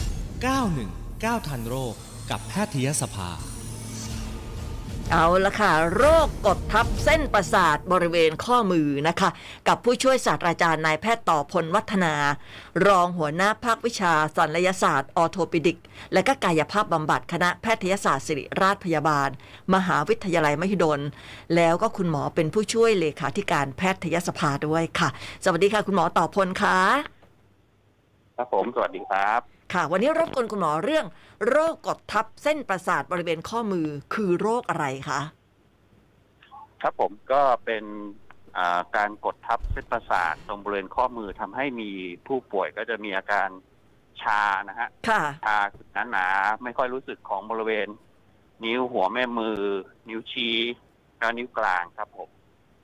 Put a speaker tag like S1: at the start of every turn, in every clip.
S1: 919 ทันโรคกับแพทยสภา
S2: เอาละค่ะ โรคกดทับเส้นประสาทบริเวณข้อมือนะคะ กับผู้ช่วยศาสตราจารย์นายแพทย์ต่อพลวัฒนา รองหัวหน้าภาควิชาศัลยศาสตร์ ออโทปิดิก และก็กายภาพบำบัดคณะแพทยศาสตร์ศิริราชพยาบาล มหาวิทยาลัยมหิดล แล้วก็คุณหมอเป็นผู้ช่วยเลขาธิการแพทยสภาด้วยค่ะ สวัสดีค่ะ คุณหมอต่อพลค่ะ
S3: ครับผม สวัสดีครับ
S2: ค่ะวันนี้รบกวนคุณหมอเรื่อง โรคกดทับเส้นประสาทบริเวณข้อมือคือโรคอะไรคะ
S3: ครับผมก็เป็นอ่าการกดทับเส้นประสาทตรงบริเวณข้อมือทำให้มีผู้ป่วยก็จะมีอาการชานะฮะ
S2: ค่ะ
S3: ชาหนาหนาๆไม่ค่อยรู้สึกของบริเวณ นิ้วหัวแม่มือ นิ้วชี้และนิ้วกลางครับผม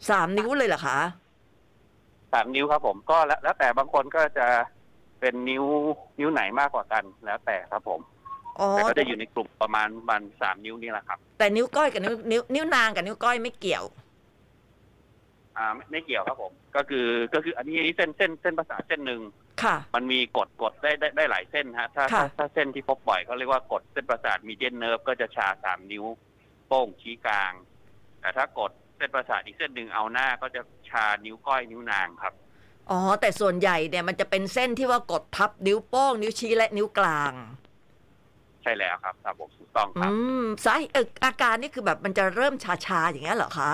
S2: สามนิ้วเลยเหรอคะ
S3: สามนิ้วครับผมก็แล้วแล้วแต่บางคนก็จะเป็นนิ้วนิ้วไหนมากกว่ากันแล้วแต่ครับผม
S2: อ๋อ
S3: แต่ก็
S2: แต่
S3: จะอยู่ในกลุ่มประมาณประมันสามนิ้วนี่แหละครับ
S2: แต่นิ้วก้อยกับนิ้วนิ้วนิ้วนางกับนิ้วก้อยไม่เกี่ยว
S3: อ่าไม่ไม่เกี่ยวครับผม ก็คือก็คืออันนี้อันนี้เส้นเส้นเส้นประสาทเส้นหนึ่ง
S2: ค่ะ
S3: มันมีกดกดได้ได้ได้หลายเส้นฮะถ้า
S2: ค่ะ
S3: ถ้าถ้าเส้นที่พบบ่อยเขาเรียกว่ากดเส้นประสาทมีเจนเนิร์ฟก็จะชาสามนิ้ว โป้งชี้กลาง แต่ถ้ากดเส้นประสาทอีกเส้นหนึ่งเอาหน้าก็จะชานิ้วก้อยนิ้วนางครับ
S2: อ๋อแต่ส่วนใหญ่เนี่ยมันจะเป็นเส้นที่ว่ากดทับนิ้วโป้ง นิ้วชี้และนิ้วกลาง
S3: ใช่แล้วครับครับผมถูกต้อง
S2: อื
S3: ครับ
S2: มสายเอออาการนี่คือแบบมันจะเริ่มชาๆอย่างเงี้ยเหรอคะ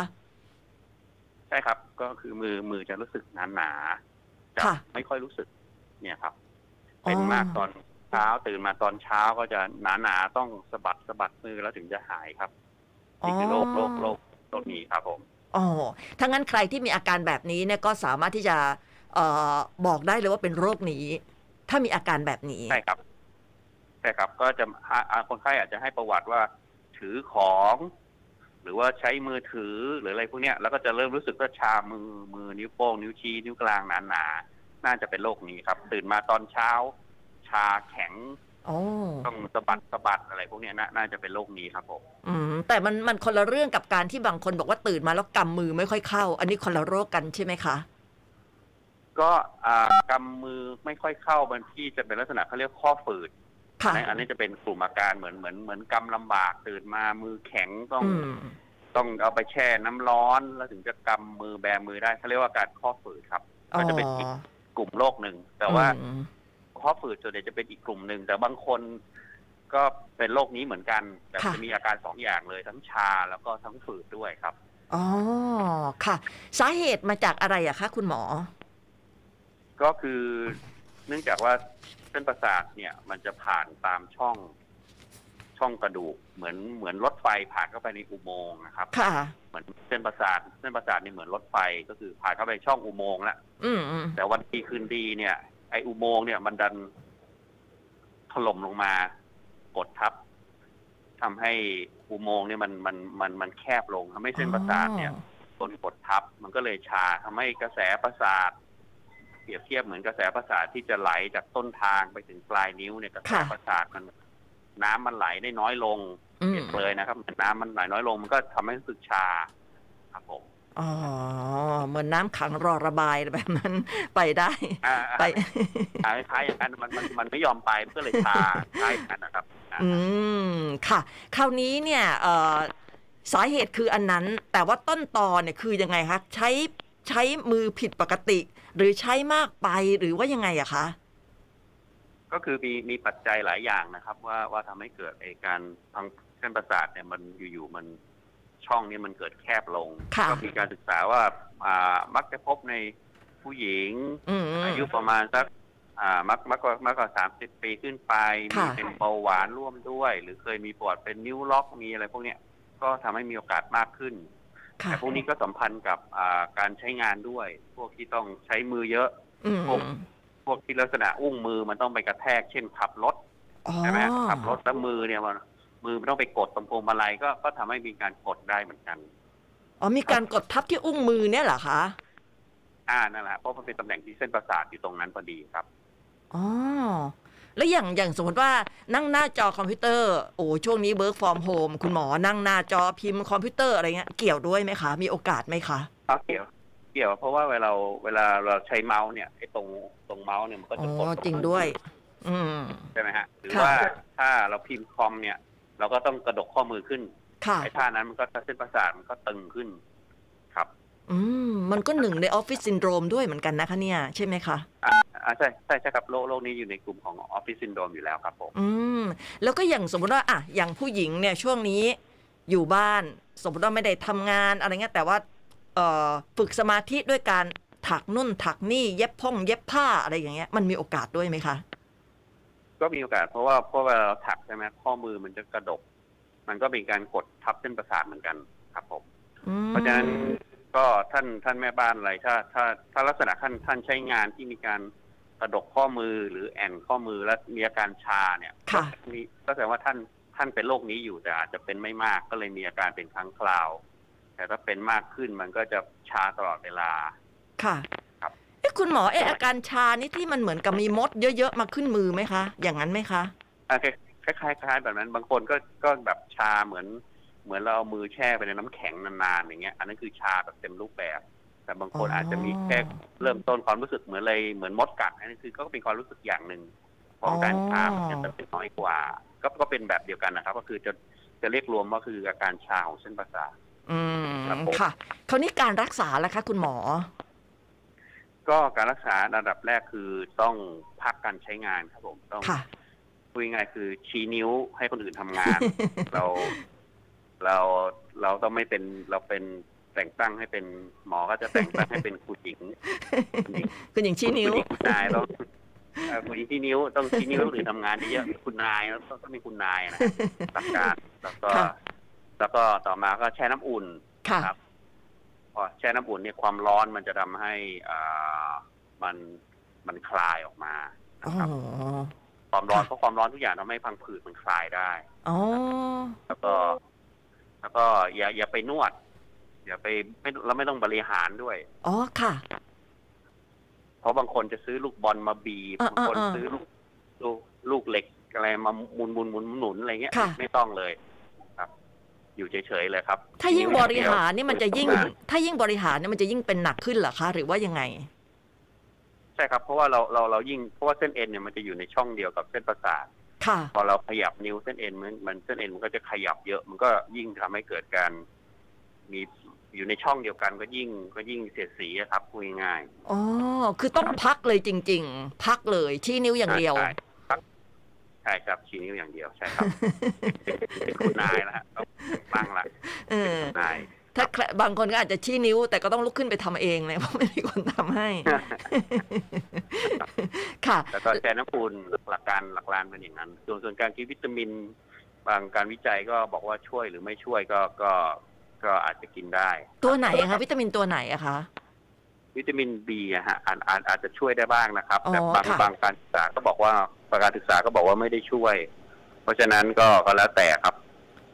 S3: ใช่ครับ ก็คือมือมือจะรู้สึกหนาหนาๆจะ
S2: ค่ะ
S3: ไม่ค่อยรู้สึก เนี่ยครับ
S2: อ๋อ
S3: เป็นมากตอนเช้าตื่นมาตอนเช้าก็จะหนาหนาๆต้องสะบัดสะบัดมือแล้วถึงจะหายครับนี่คือโรคโรคโรคตัวนี้ครับผม
S2: อ๋อถ้างั้นใครที่มีอาการแบบนี้เนี่ยก็สามารถที่จะเอ่อบอกได้เลยว่าเป็นโรคนี้ ถ้ามีอาการแบบนี้
S3: ใช่ครับใช่ครับก็จะอ่าอ่าคนไข้อาจจะให้ประวัติว่า ถือของ หรือว่าใช้มือถือหรืออะไรพวกเนี้ยแล้วก็จะเริ่มรู้สึกว่าชามือมือนิ้วโป้งนิ้วชี้นิ้วกลางหนาหนาๆน่าจะเป็นโรคนี้ครับ ตื่นมาตอนเช้า ชาแข็ง
S2: อ๋อ
S3: ต้องสะบัดสะบัดอะไรพวกเนี้ยน่าน่าจะเป็นโรคนี้ครับผม
S2: อืม แต่มันมันคนละเรื่องกับการที่บางคนบอกว่าตื่นมาแล้วกำมือไม่ค่อยเข้า อันนี้คนละโรคกันใช่ไหมคะ
S3: ก็อ่ากำมือไม่ค่อยเข้าบางที่จะเป็นลักษณะเขาเรียกข้อฝืด
S2: ค่ะ
S3: อันนี้จะเป็นกลุ่มอาการเหมือนเหมือนเหมือนกำลำบากตื่นมามือแข็งต้อง
S2: อืม
S3: ต้องเอาไปแช่น้ำร้อนแล้วถึงจะกำมือแบมือได้เขาเรียกว่าการข้อฝืดครับ
S2: อ๋อ
S3: ก็จะเป็นอีกกลุ่มโรคหนึ่ง แต่ว่า
S2: อืม
S3: ข้อฝืดส่วนใหญ่จะเป็นอีกกลุ่มหนึ่ง แต่บางคนก็เป็นโรคนี้เหมือนกัน แต่จะมีอาการสองอย่างเลยทั้งชาแล้วก็ทั้งฝืดด้วยครับ
S2: อ๋อ ค่ะ สาเหตุมาจากอะไรอะคะคุณหมอ
S3: ก็คือเนื่องจากว่าเส้นประสาทเนี่ย มันจะผ่านตามช่องช่องกระดูกเหมือนเหมือนรถไฟผ่านเข้าไปในอุโมงค์นะครับ
S2: ค่ะ
S3: เหมือนเส้นประสาทเส้นประสาทนี่เหมือนรถไฟก็คือผ่านเข้าไปช่องอุโมงค์ละ
S2: อืมอืม
S3: แต่วันดีคืนดีเนี่ย ไออุโมงค์เนี่ยมันดันถล่มลงมากดทับทำให้อุโมงค์เนี่ยมันมันมันมันแคบลงทำให้เส้นประสาทเนี่ย
S2: อ๋อ
S3: โดนกดทับ มันก็เลยชาทำให้กระแสประสาท เปรียบเทียบเหมือนกระแสประสาทที่จะไหลจากต้นทางไปถึงปลายนิ้วเนี่ยกระแสประสาทมันน้ำมันไหลได้น้อยลง
S2: อื
S3: เปรี
S2: ม
S3: ยบเลยนะครับเหมือนน้ำมันไหลน้อยลงมันก็ทำให้รู้สึกชาครับผม
S2: อ๋อ เหมือนน้ำขังรอระบายแบบนั้น ไปได้
S3: อ่า
S2: ไป
S3: อ่าคล้ายๆอย่างนั้นมันมันมันไม่ยอมไปมันก็เลยชา คล้ายอย่างนั้นนะครับอ่า
S2: อืม ค่ะ คราวนี้เนี่ยเอ่อสาเหตุคืออันนั้น แต่ว่าต้นตอเนี่ยคือยังไงคะ ใช้ใช้มือผิดปกติ หรือใช้มากไปหรือว่ายังไงอะคะ
S3: ก็คือมีมีปัจจัยหลายอย่างนะครับ ว่าว่าทำให้เกิดไอการทางเส้นประสาทเนี่ยมันอยู่ๆมันช่องนี้มันเกิดแคบลง
S2: ค่ะ
S3: ก็มีการศึกษาว่าอ่ามักจะพบในผู้หญิง
S2: อืม
S3: อายุประมาณสักอ่ามักมักกว่ามากกว่าสามสิบปีขึ้นไป
S2: ค่ะ
S3: มีเป็นเบาหวานร่วมด้วย หรือเคยมีปวดเป็นนิ้วล็อกมีอะไรพวกเนี้ยก็ทำให้มีโอกาสมากขึ้น
S2: ค่ะ
S3: แต่พวกนี้ก็สัมพันธ์กับอ่าการใช้งานด้วย พวกที่ต้องใช้มือเยอะ
S2: อืม
S3: ผม พวกที่ลักษณะอุ้งมือมันต้องไปกระแทก เช่นขับรถ
S2: อ๋อ
S3: ใช่ไหมฮะขับรถแล้วมือเนี่ยมันมือมันต้องไปกดตรงพวงมาลัยก็ก็ทำให้มีการกดได้เหมือนกัน
S2: อ๋อมีการกดทับที่อุ้งมือเนี่ยเหรอคะ
S3: อ่านั่นแหละเพราะมันเป็นตำแหน่งที่เส้นประสาทอยู่ตรงนั้นพอดีครับ
S2: อ๋อ แล้วอย่างอย่างสมมติว่านั่งหน้าจอคอมพิวเตอร์โอ้ช่วงนี้เบิร์กฟอร์มโฮมคุณหมอนั่งหน้าจอพิมพ์คอมพิวเตอร์อะไรเงี้ยเกี่ยวด้วยไหมคะ มีโอกาสไหมคะ
S3: ครับเกี่ยวเกี่ยวเพราะว่าเวลาเราเวลาเราใช้เมาส์เนี่ยไอ้ตรงตรงเมาส์เนี่ยมันก็
S2: อ๋
S3: จะกด
S2: อจริงด้วย อืม
S3: ใช่ไหมฮะหรือ
S2: ค่ะ
S3: ว่าถ้าเราพิมพ์คอมเนี่ย เราก็ต้องกระดกข้อมือขึ้น
S2: ค่ะ
S3: ไอ้ท่านั้นมันก็เส้นประสาทมันก็ตึงขึ้น ครับ
S2: อืม มันก็หนึ่งในออฟฟิศซินโดรมด้วยเหมือนกันนะคะเนี่ย ใช่ไหมคะ
S3: อ่าอ่าใช่ใช่ใช่ครับโรคโรคนี้อยู่ในกลุ่มของออฟฟิศซินโดรมอยู่แล้วครับผม
S2: อืม แล้วก็อย่างสมมติว่าอ่ะอย่างผู้หญิงเนี่ยช่วงนี้อยู่บ้าน สมมติว่าไม่ได้ทำงานอะไรเงี้ยแต่ว่าเอ่อฝึกสมาธิด้วยการถักนุ่นถักนี่เย็บพ่องเย็บผ้าอะไรอย่างเงี้ยมันมีโอกาสด้วยไหมคะ
S3: ก็มีโอกาสเพราะว่าเพราะเวลาเราถักใช่ไหมข้อมือมันจะกระดก มันก็เป็นการกดทับเส้นประสาทเหมือนกันครับผม
S2: อืม
S3: เพราะฉะนั้นก็ท่านท่านแม่บ้านอะไรถ้าถ้าถ้าลักษณะท่านท่านใช้งานที่มีการกระดกข้อมือหรือแอนข้อมือและมีอาการชาเนี่ย
S2: ค่ะ
S3: มีก็แสดงว่าท่านท่านเป็นโรคนี้อยู่แต่อาจจะเป็นไม่มากก็เลยมีอาการเป็นครั้งคราว แต่ถ้าเป็นมากขึ้นมันก็จะชาตลอดเวลา
S2: ค่ะ
S3: ครับ
S2: เอ๊ะคุณหมอเอ๊ะอาการชานี่ที่มันเหมือนกับมีมดเยอะๆมาขึ้นมือไหมคะ อย่างนั้นไหมคะ
S3: อ่ะคล้ายคล้ายคล้ายแบบนั้น บางคนก็ก็แบบชาเหมือน เหมือนเราเอามือแช่ไปในน้ำแข็งนานๆอย่างเงี้ยอันนั้นคือชาแบบเต็มรูปแบบ แต่บางคน
S2: อ๋ออ
S3: อาจจะมีแค่เริ่มต้นความรู้สึกเหมือนอะไรเหมือนมดกัดอันนั้นคือก็เป็นความรู้สึกอย่างหนึ่งของการชาเหมือนกันแต่เป็นน้อยกว่า ก็ก็เป็นแบบเดียวกันนะครับ ก็คือจะจะเรียกรวมว่าคืออาการชาของเส้นประสาท
S2: อืม
S3: ครับผม
S2: ค่ะ คราวนี้การรักษาล่ะคะ คุณหมอ
S3: ก็การรักษาระดับแรกคือต้องพักการใช้งานครับผมต้อง
S2: ค่ะ
S3: พูดง่ายๆคือชี้นิ้วให้คนอื่นทำงาน เราเราเราต้องไม่เป็นเราเป็นแต่งตั้งให้เป็นหมอก็จะแต่งตั้งให้เป็นครูหญิงคุณหญิง
S2: คุณหญิงชี้นิ้ว
S3: คุณหญิงคุณนายต้องเอ่อคุณหญิงที่นิ้วต้องชี้นิ้วให้คนอื่นทำงานเยอะๆคุณนายแล้วต้องมีคุณนายนะหลักการแล้วก็
S2: ค่ะ
S3: แล้วก็ต่อมาก็แช่น้ำอุ่น
S2: ค่ะ
S3: ครับ พอแช่น้ำอุ่นเนี่ยความร้อนมันจะทำให้อ่ามันมันคลายออกมา
S2: อ๋อ
S3: นะครับ ความร้อน
S2: ค่ะ
S3: เพราะความร้อนทุกอย่างทำให้พังผืดมันคลายได้
S2: อ๋อ
S3: แล้วก็ แล้วก็อย่าอย่าไปนวด อย่าไปไม่เราไม่ต้องบริหารด้วย
S2: อ๋อ ค่ะ
S3: เพราะบางคนจะซื้อลูกบอลมาบีบ
S2: อ่า
S3: บางคน
S2: อ่าอ่า
S3: ซื้อลูกลูกลูกเหล็กอะไรมาหมุนหมุนหมุนหมุนหมุนอะไรเงี้ย
S2: ค่ะ
S3: ไม่ต้องเลยครับ อยู่เฉยๆเลยครับ
S2: ถ้ายิ่งบริหารนี่มันจะยิ่ง
S3: อ่า
S2: ถ้ายิ่งบริหารนี่มันจะยิ่งเป็นหนักขึ้นเหรอคะ หรือว่ายังไง
S3: ใช่ครับ เพราะว่าเราเราเรายิ่งเพราะว่าเส้นเอ็นเนี่ยมันจะอยู่ในช่องเดียวกับเส้นประสาท
S2: ค่ะ
S3: พอเราขยับนิ้วเส้นเอ็นมันมันเส้นเอ็นมันก็จะขยับเยอะ มันก็ยิ่งทำให้เกิดการมีอยู่ในช่องเดียวกันก็ยิ่งก็ยิ่งเสียดสีอะครับคุยง่าย
S2: อ๋อ คือต้องพักเลยจริง ๆ พักเลย ชี้นิ้วอย่างเดียว
S3: ใช่ครับใช่ครับชี้นิ้วอย่างเดียวใช่ ครับ เป็นคุณนายแล้วฮะต้องบ้างละ
S2: เออ
S3: นาย
S2: ถ้าใครบางคนก็อาจจะชี้นิ้ว แต่ก็ต้องลุกขึ้นไปทำเองเลยเพราะไม่มีคนทำให้ ค่ะ
S3: แล้วก็แช่น้ำปูนหลักการหลักลานเป็นอย่างนั้น ส่วนส่วนการกินวิตามิน บางการวิจัยก็บอกว่าช่วยหรือไม่ช่วยก็ก็ก็อาจจะกินได้
S2: ตัวไหนอะคะ วิตามินตัวไหนอะคะ
S3: วิตามิน B อะฮะอาจอาจอาจจะช่วยได้บ้างนะครับ
S2: อ๋อ
S3: แต่บาง
S2: ค่ะ
S3: บางการศึกษาก็บอกว่าบางการศึกษาก็บอกว่าไม่ได้ช่วย เพราะฉะนั้นก็ก็แล้วแต่ครับ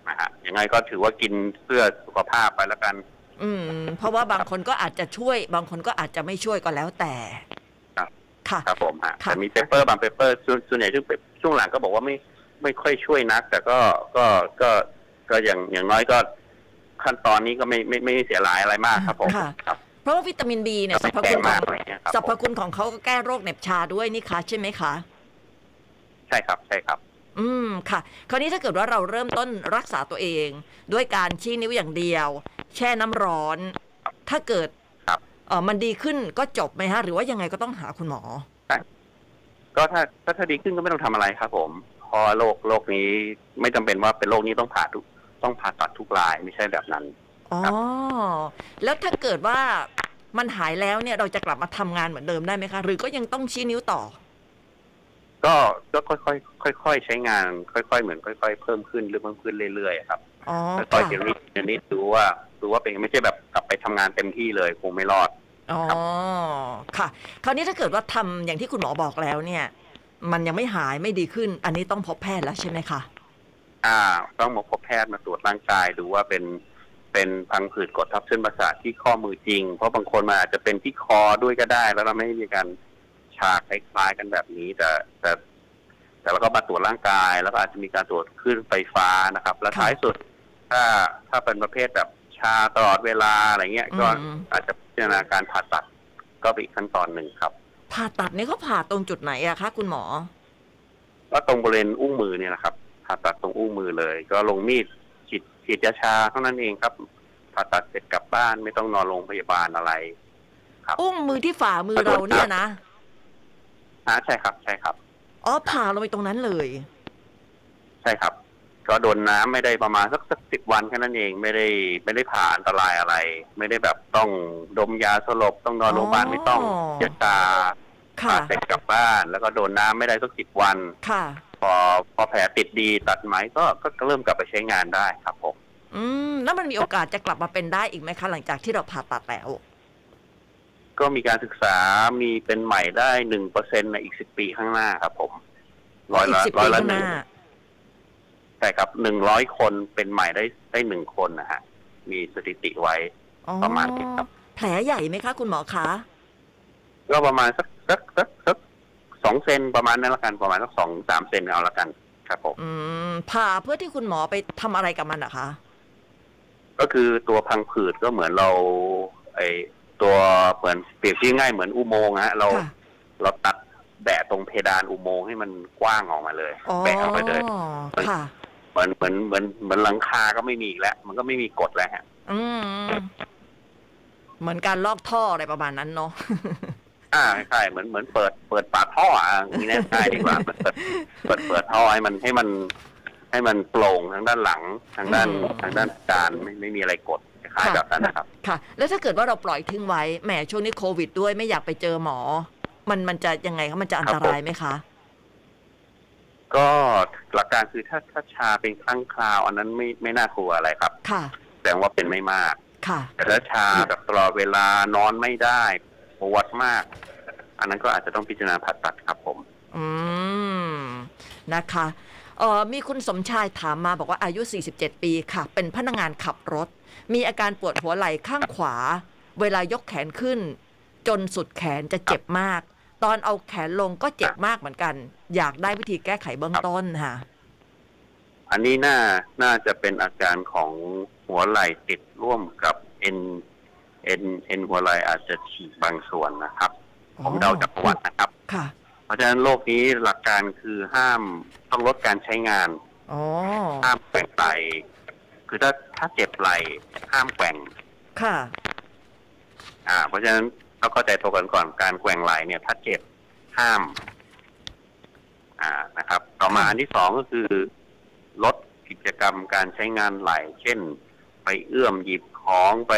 S3: นะฮะยังไงก็ถือว่ากินเพื่อสุขภาพไปแล้วกัน
S2: อืม เพราะว่าบางคนก็อาจจะช่วย บางคนก็อาจจะไม่ช่วยก็แล้วแต่ค่ะ
S3: ครับผมฮะ
S2: ค่ะ
S3: แต่มีเปเปอร์บางเปเปอร์ส่วนส่วนใหญ่ช่วงช่วงหลังก็บอกว่าไม่ไม่ค่อยช่วยนัก แต่ก็ก็ก็ก็อย่างอย่างน้อยก็ขั้นตอนนี้ก็ไม่ไม่ไม่เสียหายอะไรมากครับผม
S2: ค่ะ
S3: ครับ
S2: เพราะว่าวิตามินบีเนี่ยสรรพ
S3: แพ
S2: คุ
S3: ง
S2: ณข
S3: มา
S2: อก ง
S3: อะไรเงี้ยครับ
S2: สรรพ
S3: ผม
S2: คุณของเขาก็แก้โรคเหน็บชาด้วยนี่คะใช่ไหมคะ
S3: ใช่ครับใช่ครับ
S2: อืมค่ะ คราวนี้ถ้าเกิดว่าเราเริ่มต้นรักษาตัวเอง ด้วยการชี้นิ้วอย่างเดียว แช่น้ำร้อน ถ้าเกิด
S3: ครับ
S2: เออมันดีขึ้นก็จบไหมฮะ หรือว่ายังไงก็ต้องหาคุณหมอ
S3: ก็ถ้าถ้าถ้าดีขึ้นก็ไม่ต้องทำอะไรครับผมเพราะโรคโรคนี้ไม่จำเป็นว่าเป็นโรคนี้ต้องผ่าทุกต้องผ่าตัดทุกรายไม่ใช่แบบนั้น
S2: อ๋อ แล้วถ้าเกิดว่ามันหายแล้วเนี่ยเราจะกลับมาทำงานเหมือนเดิมได้ไหมคะ หรือก็ยังต้องชี้นิ้วต่อ
S3: ก็ก็ค่อยๆค่อยๆใช้งาน ค่อย ๆ เหมือนค่อย ๆ เพิ่มขึ้นหรือเพิ่มขึ้นเรื่อยๆครับ
S2: อ๋อ
S3: ค่อย
S2: ค่ะ
S3: ๆเดี๋ยวนี้เดี๋ยวนี้ดูว่าดูว่าเป็นไม่ใช่แบบกลับไปทำงานเต็มที่เลยคงไม่รอด
S2: อ๋อค่ะ คราวนี้ถ้าเกิดว่าทำอย่างที่คุณหมอบอกแล้วเนี่ย มันยังไม่หายไม่ดีขึ้น อันนี้ต้องพบแพทย์แล้วใช่ไหมคะ
S3: อ่า ต้องมาพบแพทย์มาตรวจร่างกายดูว่าเป็นเป็นพังผืดกดทับเส้นประสาทที่ข้อมือจริง เพราะบางคนมันอาจจะเป็นที่คอด้วยก็ได้ แล้วเราไม่มีการชาคล้ายๆกันแบบนี้ แต่แต่ แต่แล้วก็มาตรวจร่างกาย แล้วก็อาจจะมีการตรวจคลื่นไฟฟ้านะครับ และ
S2: ค่ะ
S3: ท้ายสุด ถ้าถ้าเป็นประเภทแบบชาตลอดเวลาอะไรเงี้ยก็
S2: อืม
S3: อาจจะพิจารณาการผ่าตัดก็เป็นอีกขั้นตอนหนึ่งครับ
S2: ผ่าตัดนี่เขาผ่าตรงจุดไหนอะคะ คุณหมอ
S3: ก็ตรงบริเวณอุ้งมือเนี่ยนะครับผ่าตัดตรงอุ้งมือเลย ก็ลงมีดฉีดฉีดยาชาเท่านั้นเองครับผ่าตัดเสร็จกลับบ้านไม่ต้องนอนโรงพยาบาลอะไร
S2: อุ้งมือที่ฝ่ามือเราเนี่ยนะ
S3: อ่าใช่ครับ ใช่ครับ
S2: อ๋อผ่าลงไปตรงนั้นเลย
S3: ใช่ครับ ก็โดนน้ำไม่ได้ประมาณสักสักสิบวันแค่นั้นเองไม่ได้ไม่ได้ผ่าอันตรายอะไร ไม่ได้แบบต้องดมยาสลบต้องนอนโรงพยาบาลไม่ต้อง
S2: อ๋อ
S3: ยาชาผ่า
S2: ค่ะ
S3: เสร็จกลับบ้าน แล้วก็โดนน้ำไม่ได้สักสิบวัน
S2: ค่ะ
S3: พอพอแผลติดดีตัดไหมก็ก็ก็เริ่มกลับไปใช้งานได้ครับผม
S2: อืมแล้วมันมีโอกาสจะกลับมาเป็นได้อีกไหมคะ หลังจากที่เราผ่าตัดแล้ว
S3: ก็มีการศึกษามีเป็นใหม่ได้หนึ่งเปอร์เซ็นในอีกสิบปีข้างหน้าครับผมร้อย
S2: อีก
S3: ละ
S2: สิบ
S3: ร้อ
S2: ปี
S3: ยละ
S2: ข้าง
S3: ห
S2: ห
S3: นึ่ง
S2: น้า
S3: ใช่ครับหนึ่งร้อยคนเป็นใหม่ได้ได้หนึ่งคนนะฮะมีสถิติไว้
S2: อ๋อ
S3: ประมาณนี้ครับ
S2: แผลใหญ่ไหมคะ คุณหมอคะ
S3: ก็ประมาณสักสักสักสักสองเซนประมาณนั้นละกันประมาณสักสองสามเซนเอาละกันครับผม
S2: อืมผ่าเพื่อที่คุณหมอไปทำอะไรกับมันนะคะ
S3: ก็คือตัวพังผืดก็เหมือนเราไอตัวเหมือนเปรียบเทียบง่ายเหมือนอุโมงค์ฮะเรา
S2: ค่ะ
S3: เราตัดแบะตรงเพดานอุโมงค์ให้มันกว้างออกมาเลย
S2: อ๋อ
S3: แบะเข้าไปเลย
S2: ค่ะ
S3: เหมือนเหมือนเหมือนเหมือนหลังคาก็ไม่มีอีกแล้ว มันก็ไม่มีกฎแล้วฮะ
S2: อืม เหมือนการลอกท่ออะไรประมาณนั้นเนาะ
S3: อ่าใช่เหมือนเหมือนเปิดเปิดฝาท่ออ่ะอย่างนี่แน่ใช่ดีก ว่าเปิดเปิดเปิดเปิดท่อให้มันให้มัน ให้มันโปร่งทั้งด้านหลังทางด้าน
S2: อืม
S3: ทางด้านจานไม่ไม่มีอะไรกดคล้ายๆ
S2: ค่ะ
S3: แบบนั้นนะครับ
S2: ค่ะ แล้วถ้าเกิดว่าเราปล่อยทิ้งไว้ แหมช่วงนี้โควิดด้วยไม่อยากไปเจอหมอ มันมันจะยังไงคะ มันจะอันตรายไหมคะ
S3: ก็หลักการคือถ้าถ้าชาเป็นครั้งคราวอันนั้นไม่ไม่น่ากลัวอะไรครับ
S2: ค่ะ
S3: แสดงว่าเป็นไม่มาก
S2: ค่ะ
S3: แต่ถ้าชาแบบตลอดเวลานอนไม่ได้ปวดมาก อันนั้นก็อาจจะต้องพิจารณาผ่าตัดครับผม
S2: อืม นะคะเอ่อมีคุณสมชายถามมาบอกว่าอายุ 47 ปีค่ะ เป็นพนักงานขับรถ มีอาการปวดหัวไหล่ข้างขวา เวลายกแขนขึ้น จนสุดแขนจะเจ็บมาก ตอนเอาแขนลงก็เจ็บมากเหมือนกัน อยากได้วิธีแก้ไขเบื้องต้นค่ะ
S3: อันนี้น่า น่าจะเป็นอาการของหัวไหล่ติดร่วมกับเอ็น เอ็น เอ็นหัวไหล่อาจจะฉีกบางส่วนนะครับ ผมเดาจากประวัตินะครับ
S2: ค่ะ
S3: เพราะฉะนั้นโรคนี้หลักการคือห้ามต้องลดการใช้งาน
S2: อ๋อ
S3: ห้ามแกว่งไหล่คือถ้าถ้าเจ็บไหล่ห้ามแกว่ง
S2: ค่ะ
S3: อ่า เพราะฉะนั้นต้องเข้าใจตัวกันก่อนการแกว่งไหล่เนี่ย ถ้าเจ็บห้าม อ่านะครับ ต่อมาอันที่สองก็คือ ลดกิจกรรมการใช้งานไหล่ เช่น ไปเอื้อมหยิบของไป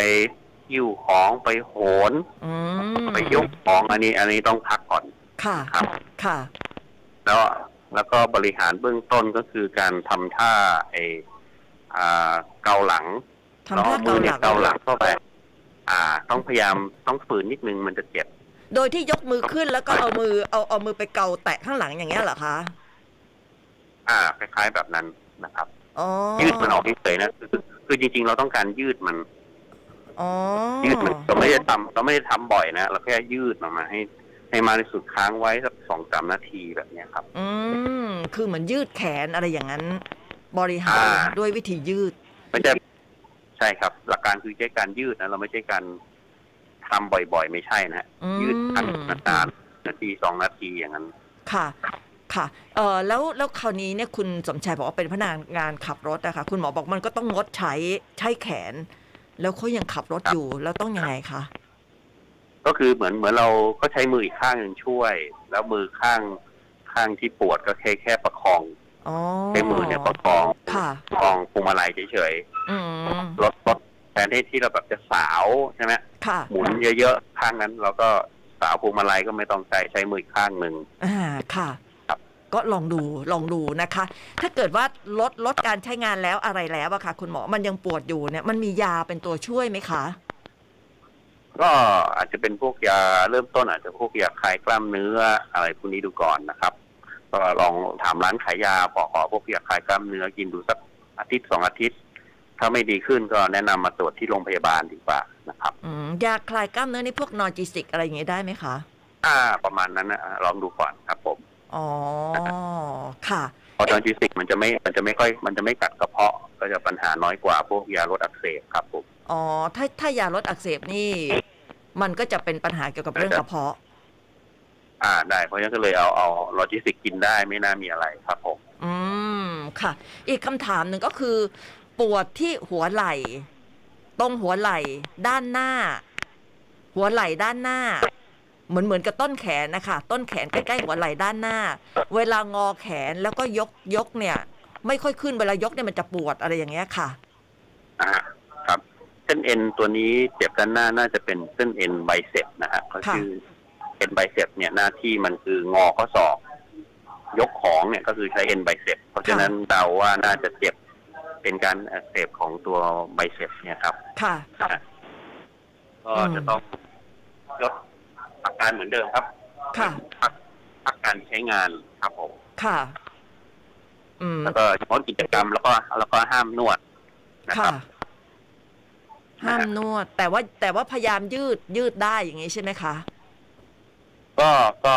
S3: หิ้วของไปโหน
S2: อืม
S3: ไปยกของอันนี้อันนี้ต้องพักก่อน
S2: ค่ะ
S3: ครับ
S2: ค่ะ
S3: แล้วแล้วก็บริหารเบื้องต้นก็คือการทำท่าไออ่าเกาหลัง
S2: ทำท่าเกา
S3: เมือ
S2: ห
S3: เนี่ย
S2: ลัง
S3: เกาหลังเข้าไป อ่า ต้องพยายามต้องฝืนนิดนึงมันจะเจ็บ
S2: โดยที่ยกมือขึ้นแล้วก็เอามือเอาเอามือไปเกาแตะข้างหลังอย่างเงี้ยเหรอคะ
S3: อ่า คล้ายๆแบบนั้นนะครับ
S2: อ๋อ
S3: ยืดมันออกเฉยๆนะคือคือคือจริง ๆ เราต้องการยืดมัน
S2: อ๋อ
S3: ยืดมันเราไม่ได้ทำเราไม่ได้ทำบ่อยนะ เราแค่ยืดออกมาให้ ให้มากที่สุดค้างไว้สักสองสามนาทีแบบเนี้ยครับ
S2: อืม คือเหมือนยืดแขนอะไรอย่างนั้น บริหาร
S3: อ่า
S2: ด้วยวิธียืด
S3: ไม่ใช่ใช่ครับ หลักการคือใช้การยืดนะ เราไม่ใช่การทำบ่อยๆ ไม่ใช่นะฮะ
S2: อื
S3: ยืด
S2: ม
S3: ทั้งนานๆนาทีสองนาทีอย่างนั้น
S2: ค่ะ ค่ะ เออแล้วแล้วคราวนี้เนี่ยคุณสมชายบอกว่าเป็นพนักงานขับรถนะคะ คุณหมอบอกมันก็ต้องงดใช้ใช้แขน แล้วเขายังขับรถอยู่แล้วต้องยังไงคะ
S3: ก็คือเหมือนเหมือนเราก็ใช้มืออีกข้างหนึ่งช่วย แล้วมือข้างข้างที่ปวดก็แค่แค่ประคอง
S2: อ๋อ
S3: ใช้มือเนี่ยประคอง
S2: ค่ะ
S3: ประคองพวงมาลัยเฉย
S2: อืม
S3: ๆลดลดแทนที่ที่เราแบบจะสาวใช่ไหม
S2: ค่ะ
S3: หมุนเยอะๆข้างนั้นเราก็สาวพวงมาลัยก็ไม่ต้องใช้ใช้มืออีกข้างหนึ่ง
S2: อ่า ค่ะ
S3: ครับ
S2: ก็ลองดูลองดูนะคะ ถ้าเกิดว่าลดลดการใช้งานแล้วอะไรแล้วอะค่ะ คุณหมอมันยังปวดอยู่เนี่ยมันมียาเป็นตัวช่วยไหมคะ
S3: ก็อาจจะเป็นพวกยาเริ่มต้นอาจจะพวกยาคลายกล้ามเนื้ออะไรพวกนี้ดูก่อนนะครับ ก็ลองถามร้านขายยาขอขอพวกยาคลายกล้ามเนื้อกินดูสักอาทิตย์สองอาทิตย์ ถ้าไม่ดีขึ้นก็แนะนำมาตรวจที่โรงพยาบาลดีกว่านะครับ
S2: อืมยาคลายกล้ามเนื้อในพวกนอร์จิสิกอะไรอย่างเงี้ยได้ไหมคะ
S3: อ่า ประมาณนั้นนะลองดูก่อนครับผม
S2: อ๋อ ค่ะ
S3: เพอตอนที่สิกมันจะไม่มันจะไม่ค่อย มันจะไม่กัดกระเพาะก็จะปัญหาน้อยกว่าพวกยาลดอักเสบครับผม
S2: อ๋อ ถ้าถ้ายาลดอักเสบนี่ มันก็จะเป็นปัญหาเกี่ยวกับเรื่องกระเพาะ
S3: อ่าได้เพราะฉะนั้นก็เลยเอาเอาโลจิสติกกินได้ไม่น่ามีอะไรครับผม
S2: อืมค่ะ อีกคำถามหนึ่งก็คือ ปวดที่หัวไหล่ ตรงหัวไหล่ ด้านหน้า หัวไหล่ด้านหน้า เหมือนเหมือนกับต้นแขนนะคะต้นแขนใกล้ๆหัวไหล่ด้านหน้า เวลางอแขนแล้วก็ยกยกเนี่ย ไม่ค่อยขึ้นเวลายกเนี่ยมันจะปวดอะไรอย่างเงี้ยค่ะ
S3: อ่าครับเส้นเอ็นตัวนี้เจ็บด้านหน้าน่าจะเป็นเส้นเอ็นไบเซ็ปนะฮะก็
S2: ค่ะ
S3: คือเอ็นไบเซ็ปเนี่ยหน้าที่มันคืองอข้อศอก ยกของเนี่ยก็คือใช้เอ็นไบเซ็ปเพราะฉะนั้นเดาว่าน่าจะเจ็บเป็นการอักเสบของตัวไบเซ็ปเนี่ยครับ
S2: ค่ะ
S3: นะฮะก็
S2: อืม
S3: จะต้องลดอาการเหมือนเดิมครับ
S2: ค่ะ
S3: พักพักการใช้งานครับผม
S2: ค่ะ อืม
S3: แล้วก็งดกิจกรรมแล้วก็แล้วก็ห้ามนวดนะค
S2: ค่ะ
S3: รับ
S2: ห้ามนวด แต่ว่าแต่ว่าพยายามยืดยืดได้อย่างงี้ใช่ไหมคะ
S3: ก็ก็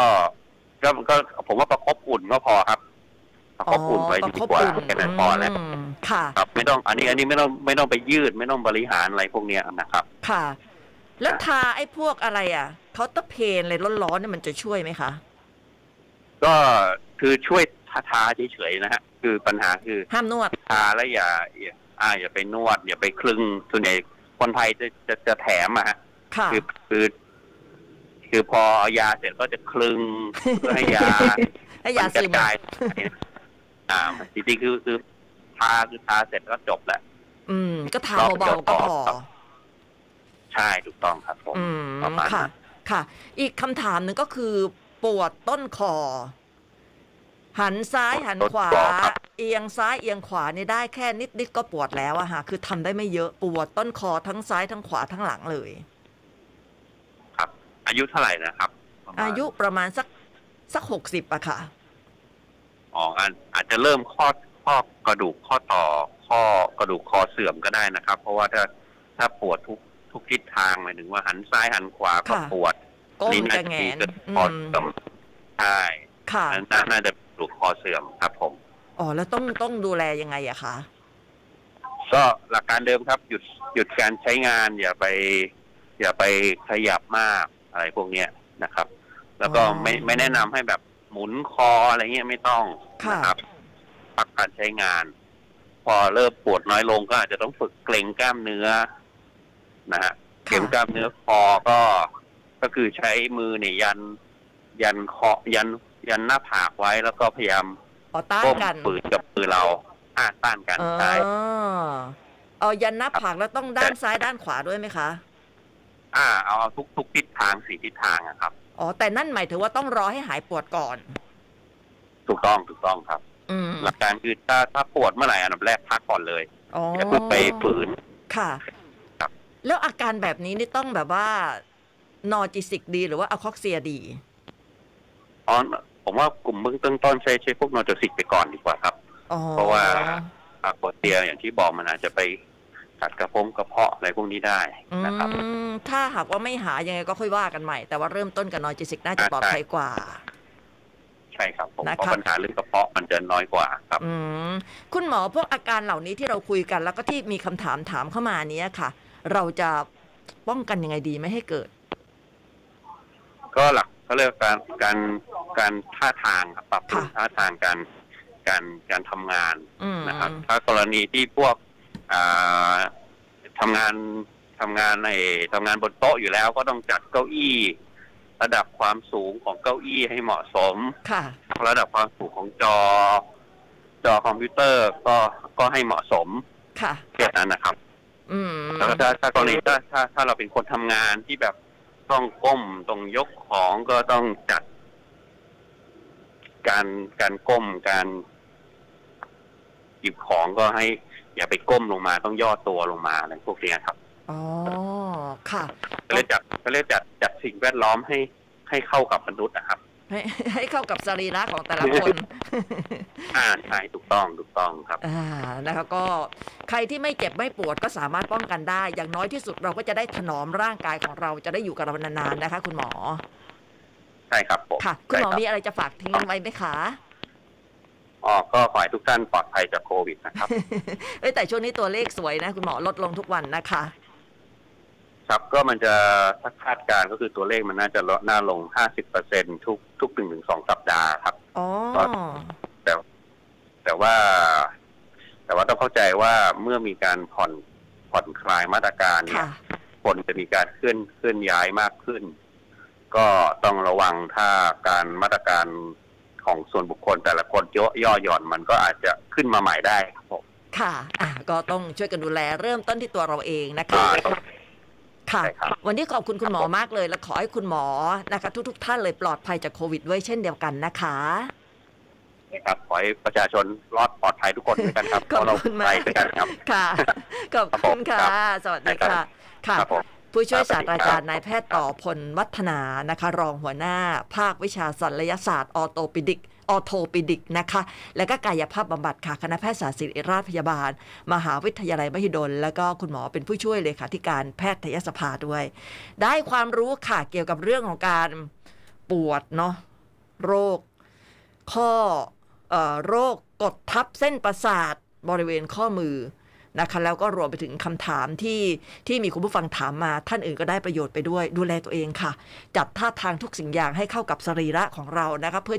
S3: ก็ก็ผมว่าประคบอุ่นก็พอครับ ประคบอุ่นไว้ดีกว่าแค่นั้นพอแล้ว
S2: มค่ะ
S3: ครับ ไม่ต้องอันนี้อันนี้ไม่ต้องไม่ต้องไปยืด ไม่ต้องบริหารอะไรพวกเนี้ยนะครับ
S2: ค่ะ แล้วทาไอ้พวกอะไรอ่ะเคาน์เตอร์เพนอะไรร้อนๆเนี่ยมันจะช่วยไหมคะ
S3: ก็คือช่วยทาทาเฉยๆนะฮะคือปัญหาคือ
S2: ห้ามนวด
S3: ทาแล้วอย่าอย่าอ่าอย่าไปนวด อย่าไปคลึงส่วนใหญ่คนไทยจะจะจะแถมอะฮะ
S2: ค่ะ
S3: คือคือ คือพอเอายาเสร็จก็จะคลึงเพื่อให้ยา
S2: ให้ยาซึม
S3: นกระจายอ่าจริงๆคือคือทาคือทาเสร็จก็จบแล้ว
S2: อืม ก็ทาเบาๆก็พอ
S3: ใช่ถูกต้องครับผม
S2: อืม
S3: ประมาณนั้
S2: ค่ะ
S3: น
S2: ค่ะ อีกคำถามหนึ่งก็คือ ปวดต้นคอ หันซ้ายหันขวา
S3: ต้นคอครับ
S2: เอียงซ้ายเอียงขวานี่ได้แค่นิดๆก็ปวดแล้วอะค่ะ คือทำได้ไม่เยอะปวดต้นคอทั้งซ้ายทั้งขวาทั้งหลังเลย
S3: อายุเท่าไหร่นะครับประมณ
S2: อายุประมาณสักสักหกสิบอะค่ะ
S3: อ๋ออันอาจจะเริ่มข้อข้อกระดูกข้อต่อ ข้อกระดูกคอเสื่อมก็ได้นะครับ เพราะว่าถ้าถ้าปวดทุกทุกทิศทางหมายถึงว่าหันซ้ายหันขวาก็
S2: ค่ะ
S3: ปวด
S2: ก้ม
S3: นี่
S2: ก
S3: น่า
S2: ระ
S3: จะ
S2: แง
S3: มี
S2: น
S3: กระดูก
S2: อื
S3: คอ
S2: ม
S3: เสื่อมใช่
S2: ค่ะ
S3: อันนั้นน่าจะกระดูกคอเสื่อมครับผม
S2: อ๋อ แล้วต้องต้องดูแลยังไงอะคะ
S3: ก็หลักการเดิมครับหยุดหยุดการใช้งาน อย่าไป อย่าไปขยับมากอะไรพวกเนี้ยนะครับ แล้วก็ไม่ไม่แนะนำให้แบบหมุนคออะไรเงี้ยไม่ต้องนะครับพักการใช้งาน พอเริ่มปวดน้อยลงก็อาจจะต้องฝึกเกร็งกล้ามเนื้อนะฮะเกร็
S2: ค่ะ
S3: งกล้ามเนื้อคอก็ก็คือใช้มือเนี่ยยัน ยันคอยันยันหน้าผากไว้แล้วก็พยายาม
S2: อ๋อต้าน
S3: ก้ม
S2: กัน
S3: ฝืนกับมือเราอาต้านกัน
S2: อ๋อ
S3: ใช้
S2: เอายันหน้าผากแล้วต้องด้านซ้ายด้านขวาด้วยไหมคะ
S3: อ่าเอาทุกทุกทิศทางสี่ทิศทางอะครับ
S2: อ๋อ แต่นั่นหมายถึงว่าต้องรอให้หายปวดก่อน
S3: ถูกต้องถูกต้องครับ
S2: อืม
S3: หลักการคือถ้าถ้าปวดเมื่อไหร่อันดับแรกพักก่อนเลย
S2: อ๋อ
S3: อย่าเพิ่งไปฝืน
S2: ค่ะ
S3: ครับ
S2: แล้วอาการแบบนี้นี่ต้องแบบว่านอร์จิสิกดีหรือว่าอะคอกเซียดี
S3: อ๋อผมว่ากลุ่มเบื้องต้นต้นใช้ใช้พวกโนโจซิกไปก่อนดีกว่าครับ
S2: อ๋อ
S3: เพราะว่า อะโปเตียอย่างที่บอกมันอาจจะไปกัดกระพงกระเพาะอะไรพวกนี้ได้
S2: อื
S3: นะครับ
S2: ม ถ้าหากว่าไม่หายังไงก็ค่อยว่ากันใหม่ แต่ว่าเริ่มต้นกับนอร์จิสิกน่าจะปลอดภัยกว่า
S3: ใช่ครับผม
S2: นะ
S3: เพราะ
S2: ครับ
S3: ปัญหาเรื่องกระเพาะมันจะน้อยกว่าครับ
S2: อืมคุณหมอพวกอาการเหล่านี้ที่เราคุยกัน แล้วก็ที่มีคำถามถามเข้ามาเนี้ยค่ะ เราจะป้องกันยังไงดีไม่ให้เกิด
S3: ก็หลักเขาเรียกว่าการการการท่าทางครับปรับปรุง
S2: ค่ะ
S3: ท่าทางการการการทำงาน
S2: อืม
S3: นะครับถ้ากรณีที่พวกอ่าทำางานทำงานในทำงานบนโต๊ะอยู่แล้วก็ต้องจัดเก้าอี้ ระดับความสูงของเก้าอี้ให้เหมาะสม
S2: ค่ะ
S3: ระดับความสูงของจอ จอคอมพิวเตอร์ก็ก็ให้เหมาะสม
S2: ค่ะ
S3: แค่นั้นนะครับ
S2: อืม
S3: แล้วก็ถ้าถ้ากรณีถ้าถ้าถ้าเราเป็นคนทำงานที่แบบต้องก้มต้องยกของก็ต้องจัด การการก้มการหยิบของก็ให้ อย่าไปก้มลงมาต้องย่อตัวลงมาอะไรพวกเนี้ยครับ
S2: อ๋อ ค่ะ
S3: ก็เลยจัดก็เลยจัดจัดสิ่งแวดล้อมให้ให้เข้ากับมนุษย์นะครับ
S2: ให้ให้เข้ากับสรีระของแต่ละคน
S3: อ่าใช่ถูกต้องถูกต้องครับ
S2: อ่านะคะก็ใครที่ไม่เจ็บไม่ปวดก็สามารถป้องกันได้ อย่างน้อยที่สุดเราก็จะได้ถนอมร่างกายของเราจะได้อยู่กับเรานานๆนะคะ คุณหมอ
S3: ใช่ครับผม
S2: ค่ะ คุณหมอ
S3: ใช่รับ
S2: มีอะไรจะฝากทิ้งไว้ไหมคะ
S3: อ๋อก็ขอให้ทุกท่านปลอดภัยจากโควิดนะครับ
S2: เอ้ยแต่ช่วงนี้ตัวเลขสวยนะ คุณหมอลดลงทุกวันนะคะ
S3: ครับก็มันจะถ้าคาดการณ์ก็คือตัวเลขมันน่าจะลดหน้าลง 50%ทุก ทุกๆหนึ่งถึงสองสัปดาห์ครับ
S2: อ๋อ
S3: แต่ว่า แต่ว่าต้องเข้าใจว่าเมื่อมีการผ่อนผ่อนคลายมาตรการเนี่ย
S2: ค่ะ
S3: คนจะมีการเคลื่อนเคลื่อนย้ายมากขึ้น ก็ต้องระวังถ้าการมาตรการของส่วนบุคคลแต่ละคนเยอะย่อหย่อนมันก็อาจจะขึ้นมาใหม่ได้ครับผม
S2: ค่ะอ่ะ ก็ต้องช่วยกันดูแลเริ่มต้นที่ตัวเราเองนะคะ
S3: อ่า
S2: ค่ะ
S3: ใช่ครับ
S2: วันนี้ขอบคุณคุณหมอมากเลย และขอให้คุณหมอนะคะ ทุก ๆ ท่านเลยปลอดภัยจากโควิดด้วยเช่นเดียวกันนะคะ
S3: ครับขอให้ประชาชนรอดปลอดภัยทุกคนด้วยกันครับ
S2: ขอบ
S3: เรา
S2: คุณ
S3: ไป
S2: มาก
S3: ด้วยกันครับ
S2: ค่ะ ขอบคุณค่ะ สวัสดีค่ะ ค่ะ
S3: ครับผม
S2: ผู้ช่วยศาสตราจารย์นายแพทย์ต่อพลวัฒนานะคะ รองหัวหน้า ภาควิชาศัลยศาสตร์ออโตปิดิกออโทปิดิกนะคะ และก็กายภาพบำบัดค่ะคณะแพทยศาสตร์ศิริราชพยาบาล มหาวิทยาลัยมหิดล แล้วก็คุณหมอเป็นผู้ช่วยเลขาธิการแพทยสภาด้วย ได้ความรู้ค่ะเกี่ยวกับเรื่องของการปวดเนาะโรค ข้อเออโรคกดทับเส้นประสาทบริเวณข้อมือนะคะแล้วก็รวมไปถึงคำถามที่ที่มีคุณผู้ฟังถามมา ท่านอื่นก็ได้ประโยชน์ไปด้วย ดูแลตัวเองค่ะ จัดท่าทางทุกสิ่งอย่างให้เข้ากับสรีระของเรานะคะเพื่อ